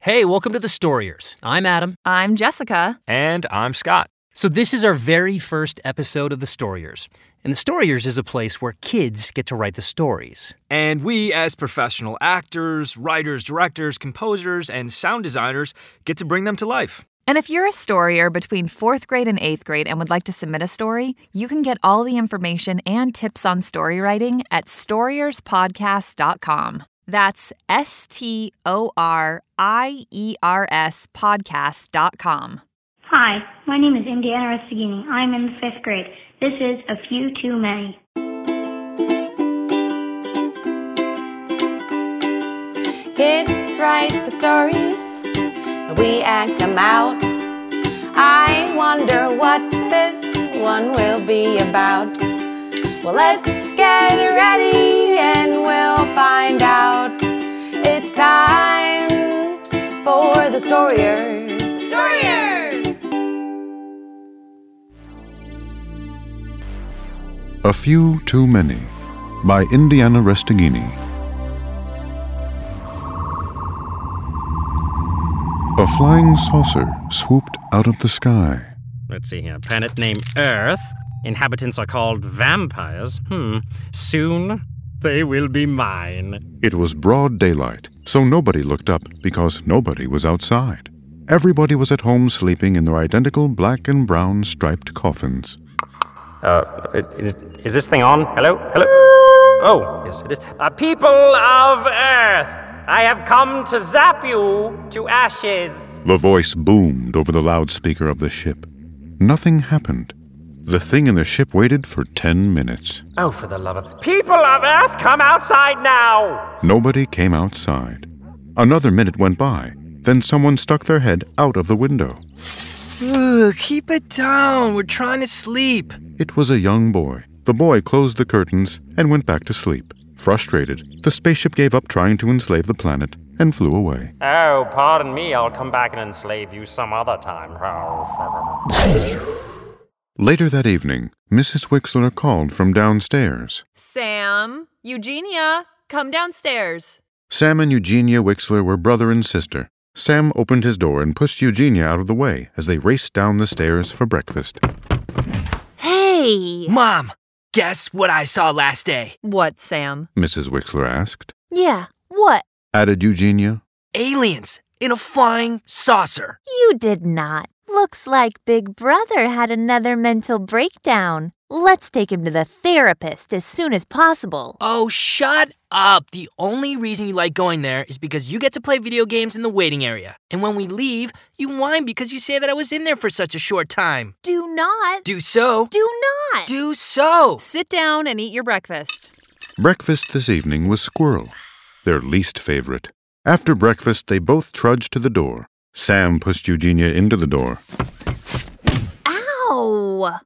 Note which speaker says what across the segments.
Speaker 1: Hey, welcome to The Storyers. I'm Adam.
Speaker 2: I'm Jessica.
Speaker 3: And I'm Scott.
Speaker 1: So, this is our very first episode of The Storyers. And The Storyers is a place where kids get to write the stories.
Speaker 3: And we, as professional actors, writers, directors, composers, and sound designers, get to bring them to life.
Speaker 2: And if you're a storier between fourth grade and eighth grade and would like to submit a story, you can get all the information and tips on story writing at storierspodcast.com. That's S T O R I E R S podcast.com.
Speaker 4: Hi, my name is Indiana Rustagini. I'm in fifth grade. This is A Few Too Many.
Speaker 5: Kids write the stories, we act them out. I wonder what this one will be about. Well, let's get ready and we'll find out. It's time for the Storyers. Storyers!
Speaker 6: A Few Too Many by Indiana Restaghini. A flying saucer swooped out of the sky.
Speaker 7: Let's see here. Planet name Earth. Inhabitants are called vampires. Hmm. Soon they will be mine.
Speaker 6: It was broad daylight, so nobody looked up because nobody was outside. Everybody was at home sleeping in their identical black and brown striped coffins.
Speaker 7: Uh, i- is, is this thing on? Hello? Hello? Oh, yes, it is. Uh, people of Earth, I have come to zap you to ashes.
Speaker 6: The voice boomed over the loudspeaker of the ship. Nothing happened. The thing in the ship waited for ten minutes.
Speaker 7: Oh, for the love of. People of Earth, come outside now!
Speaker 6: Nobody came outside. Another minute went by. Then someone stuck their head out of the window.
Speaker 3: Ugh, keep it down. We're trying to sleep.
Speaker 6: It was a young boy. The boy closed the curtains and went back to sleep. Frustrated, the spaceship gave up trying to enslave the planet and flew away.
Speaker 7: Oh, pardon me, I'll come back and enslave you some other time.
Speaker 6: Later that evening, Mrs. Wixler called from downstairs.
Speaker 2: Sam, Eugenia, come downstairs.
Speaker 6: Sam and Eugenia Wixler were brother and sister. Sam opened his door and pushed Eugenia out of the way as they raced down the stairs for breakfast.
Speaker 2: Hey!
Speaker 3: Mom, guess what I saw last day?
Speaker 2: What, Sam?
Speaker 6: Mrs. Wixler asked.
Speaker 2: Yeah, what?
Speaker 6: Added Eugenia.
Speaker 3: Aliens in a flying saucer.
Speaker 8: You did not. Looks like Big Brother had another mental breakdown. Let's take him to the therapist as soon as possible.
Speaker 1: Oh, shut up. The only reason you like going there is because you get to play video games in the waiting area. And when we leave, you whine because you say that I was in there for such a short time.
Speaker 8: Do not.
Speaker 1: Do so.
Speaker 8: Do not.
Speaker 1: Do so.
Speaker 2: Sit down and eat your breakfast.
Speaker 6: Breakfast this evening was squirrel, their least favorite. After breakfast, they both trudged to the door. Sam pushed Eugenia into the door.
Speaker 8: Ow.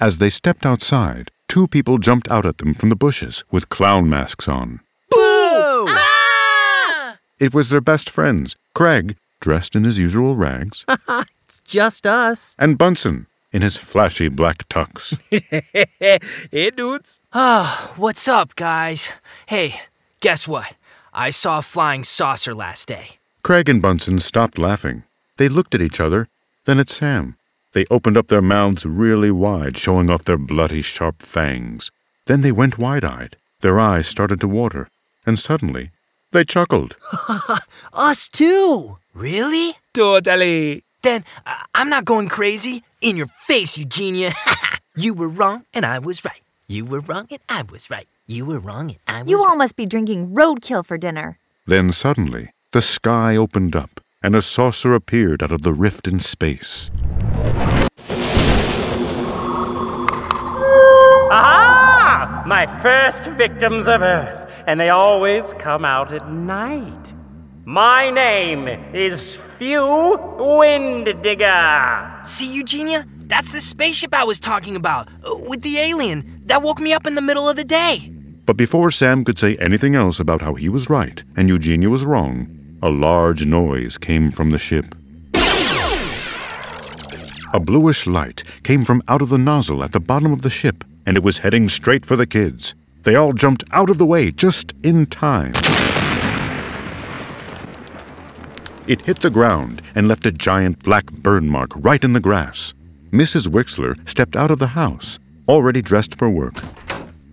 Speaker 6: As they stepped outside, two people jumped out at them from the bushes with clown masks on.
Speaker 9: Ah!
Speaker 2: Ah!
Speaker 6: It was their best friends, Craig, dressed in his usual rags,
Speaker 9: It's just us.
Speaker 6: and Bunsen, in his flashy black tux.
Speaker 9: hey, dudes.
Speaker 1: Ah, what's up, guys? Hey, guess what? I saw a flying saucer last day.
Speaker 6: Craig and Bunsen stopped laughing. They looked at each other, then at Sam. They opened up their mouths really wide, showing off their bloody sharp fangs. Then they went wide eyed. Their eyes started to water, and suddenly they chuckled.
Speaker 9: Us too.
Speaker 1: Really?
Speaker 9: Totally.
Speaker 1: Then uh, I'm not going crazy. In your face, Eugenia. you were wrong and I was right. You were wrong and I was right. You were wrong and I was
Speaker 8: You
Speaker 1: right.
Speaker 8: all must be drinking roadkill for dinner.
Speaker 6: Then suddenly the sky opened up, and a saucer appeared out of the rift in space.
Speaker 7: Aha! My first victims of Earth, and they always come out at night. My name is Few Winddigger.
Speaker 1: See, Eugenia? That's the spaceship I was talking about uh, with the alien that woke me up in the middle of the day.
Speaker 6: But before Sam could say anything else about how he was right and Eugenia was wrong, a large noise came from the ship. A bluish light came from out of the nozzle at the bottom of the ship, and it was heading straight for the kids. They all jumped out of the way just in time. It hit the ground and left a giant black burn mark right in the grass. Mrs. Wixler stepped out of the house, already dressed for work,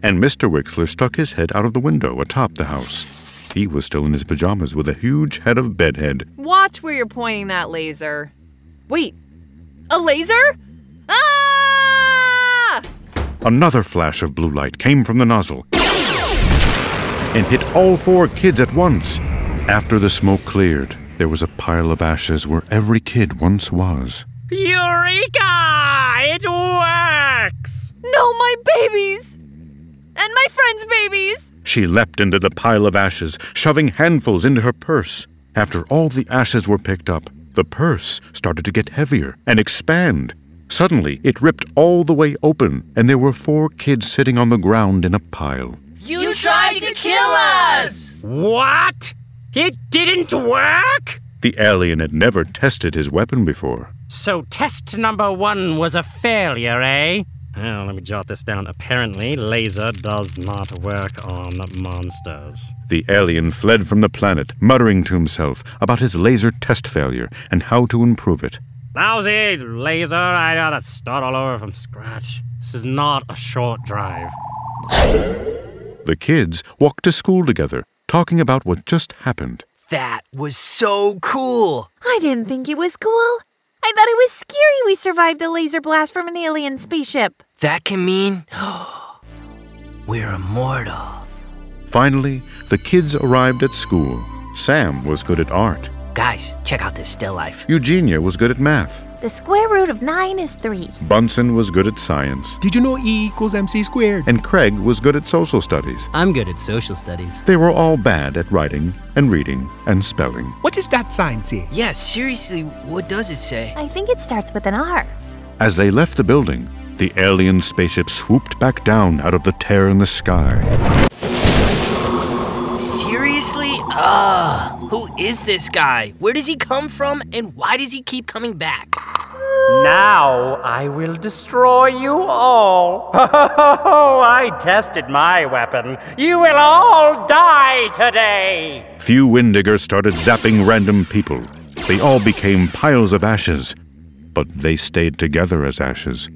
Speaker 6: and Mr. Wixler stuck his head out of the window atop the house. He was still in his pajamas with a huge head of bedhead.
Speaker 2: Watch where you're pointing that laser. Wait, a laser? Ah!
Speaker 6: Another flash of blue light came from the nozzle and hit all four kids at once. After the smoke cleared, there was a pile of ashes where every kid once was.
Speaker 7: Eureka! It works!
Speaker 2: No, my babies! And my friends' babies!
Speaker 6: She leapt into the pile of ashes, shoving handfuls into her purse. After all the ashes were picked up, the purse started to get heavier and expand. Suddenly, it ripped all the way open, and there were four kids sitting on the ground in a pile.
Speaker 1: You tried to kill us!
Speaker 7: What? It didn't work?
Speaker 6: The alien had never tested his weapon before.
Speaker 7: So test number one was a failure, eh? Oh, let me jot this down. Apparently, laser does not work on monsters.
Speaker 6: The alien fled from the planet, muttering to himself about his laser test failure and how to improve it.
Speaker 7: Lousy laser, I gotta start all over from scratch. This is not a short drive.
Speaker 6: The kids walked to school together, talking about what just happened.
Speaker 1: That was so cool!
Speaker 8: I didn't think it was cool. I thought it was scary we survived a laser blast from an alien spaceship.
Speaker 1: That can mean we're immortal.
Speaker 6: Finally, the kids arrived at school. Sam was good at art.
Speaker 1: Guys, check out this still life.
Speaker 6: Eugenia was good at math.
Speaker 8: The square root of 9 is 3.
Speaker 6: Bunsen was good at science.
Speaker 10: Did you know E equals MC squared?
Speaker 6: And Craig was good at social studies.
Speaker 11: I'm good at social studies.
Speaker 6: They were all bad at writing and reading and spelling.
Speaker 10: What does that sign say?
Speaker 1: Yeah, seriously, what does it say?
Speaker 8: I think it starts with an R.
Speaker 6: As they left the building, the alien spaceship swooped back down out of the tear in the sky.
Speaker 1: Seriously? Ugh. Who is this guy? Where does he come from? And why does he keep coming back?
Speaker 7: Now I will destroy you all. Oh, I tested my weapon. You will all die today.
Speaker 6: Few Windiggers started zapping random people. They all became piles of ashes, but they stayed together as ashes.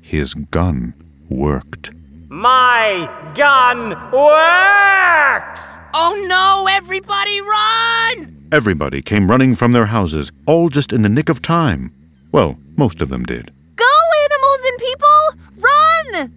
Speaker 6: His gun worked.
Speaker 7: My gun works!
Speaker 1: Oh no, everybody run!
Speaker 6: Everybody came running from their houses, all just in the nick of time. Well, most of them did.
Speaker 2: Go, animals and people! Run!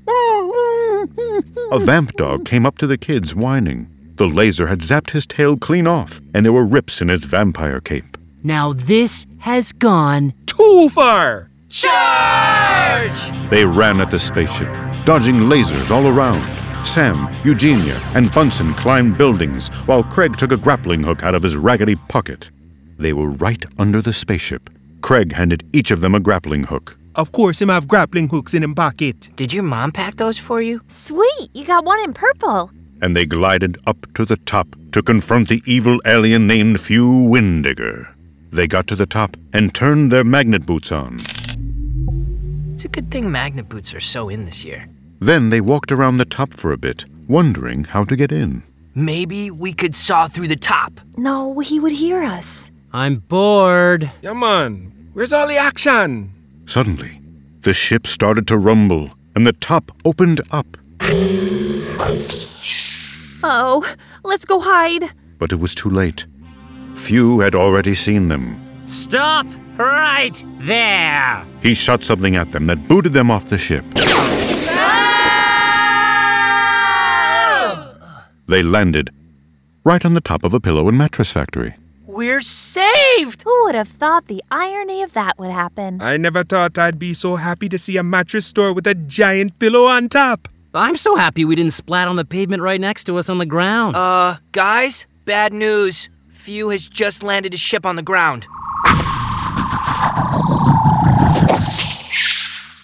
Speaker 6: A vamp dog came up to the kids, whining. The laser had zapped his tail clean off, and there were rips in his vampire cape.
Speaker 11: Now this has gone.
Speaker 10: Too far!
Speaker 1: Charge!
Speaker 6: They ran at the spaceship, dodging lasers all around. Sam, Eugenia, and Bunsen climbed buildings, while Craig took a grappling hook out of his raggedy pocket. They were right under the spaceship. Craig handed each of them a grappling hook.
Speaker 10: Of course, him have grappling hooks in him pocket.
Speaker 1: Did your mom pack those for you?
Speaker 8: Sweet, you got one in purple.
Speaker 6: and they glided up to the top to confront the evil alien named Few Windigger. They got to the top and turned their magnet boots on.
Speaker 1: It's a good thing magnet boots are so in this year.
Speaker 6: Then they walked around the top for a bit, wondering how to get in.
Speaker 1: Maybe we could saw through the top.
Speaker 8: No, he would hear us.
Speaker 11: I'm bored.
Speaker 10: Yeah, man. Where's all the action?
Speaker 6: Suddenly, the ship started to rumble and the top opened up,
Speaker 2: Oh, let's go hide.
Speaker 6: but it was too late. Few had already seen them.
Speaker 7: Stop right there!
Speaker 6: He shot something at them that booted them off the ship. They landed right on the top of a pillow and mattress factory.
Speaker 1: We're saved!
Speaker 8: Who would have thought the irony of that would happen?
Speaker 10: I never thought I'd be so happy to see a mattress store with a giant pillow on top.
Speaker 11: I'm so happy we didn't splat on the pavement right next to us on the ground.
Speaker 1: Uh, guys, bad news. Few has just landed his ship on the ground.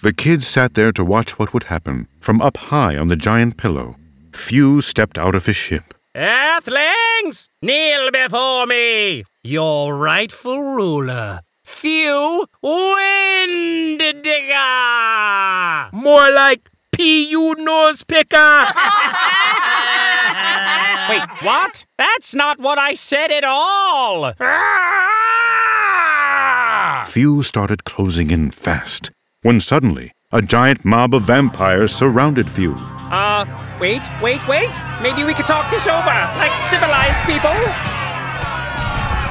Speaker 6: The kids sat there to watch what would happen from up high on the giant pillow. Few stepped out of his ship.
Speaker 7: Earthlings, kneel before me, your rightful ruler, Few Windiga!
Speaker 10: More like PU nose picker.
Speaker 7: Wait, what? That's not what I said at all!
Speaker 6: Few started closing in fast, when suddenly a giant mob of vampires surrounded Few.
Speaker 12: Uh, wait, wait, wait. Maybe we could talk this over, like civilized people.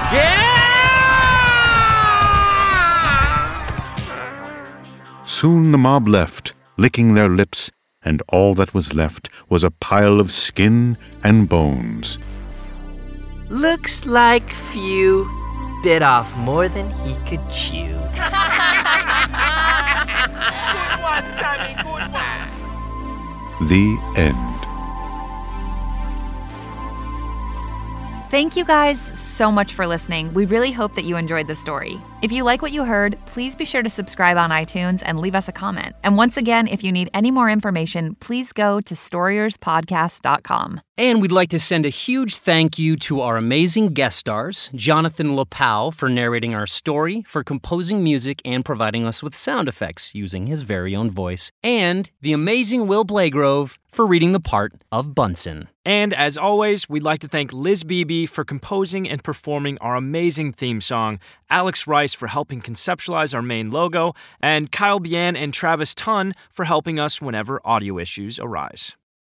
Speaker 12: Yeah!
Speaker 6: Soon the mob left, licking their lips, and all that was left was a pile of skin and bones.
Speaker 13: Looks like Few bit off more than he could chew.
Speaker 12: Good one, Sammy, good one.
Speaker 6: The end.
Speaker 2: Thank you guys so much for listening. We really hope that you enjoyed the story. If you like what you heard, please be sure to subscribe on iTunes and leave us a comment. And once again, if you need any more information, please go to storierspodcast.com.
Speaker 1: And we'd like to send a huge thank you to our amazing guest stars, Jonathan Lapau for narrating our story, for composing music and providing us with sound effects using his very own voice, and the amazing Will Blagrove for reading the part of Bunsen.
Speaker 14: And as always, we'd like to thank Liz Beebe for composing and performing our amazing theme song, Alex Rice for helping conceptualize our main logo, and Kyle Bian and Travis Tunn for helping us whenever audio issues arise.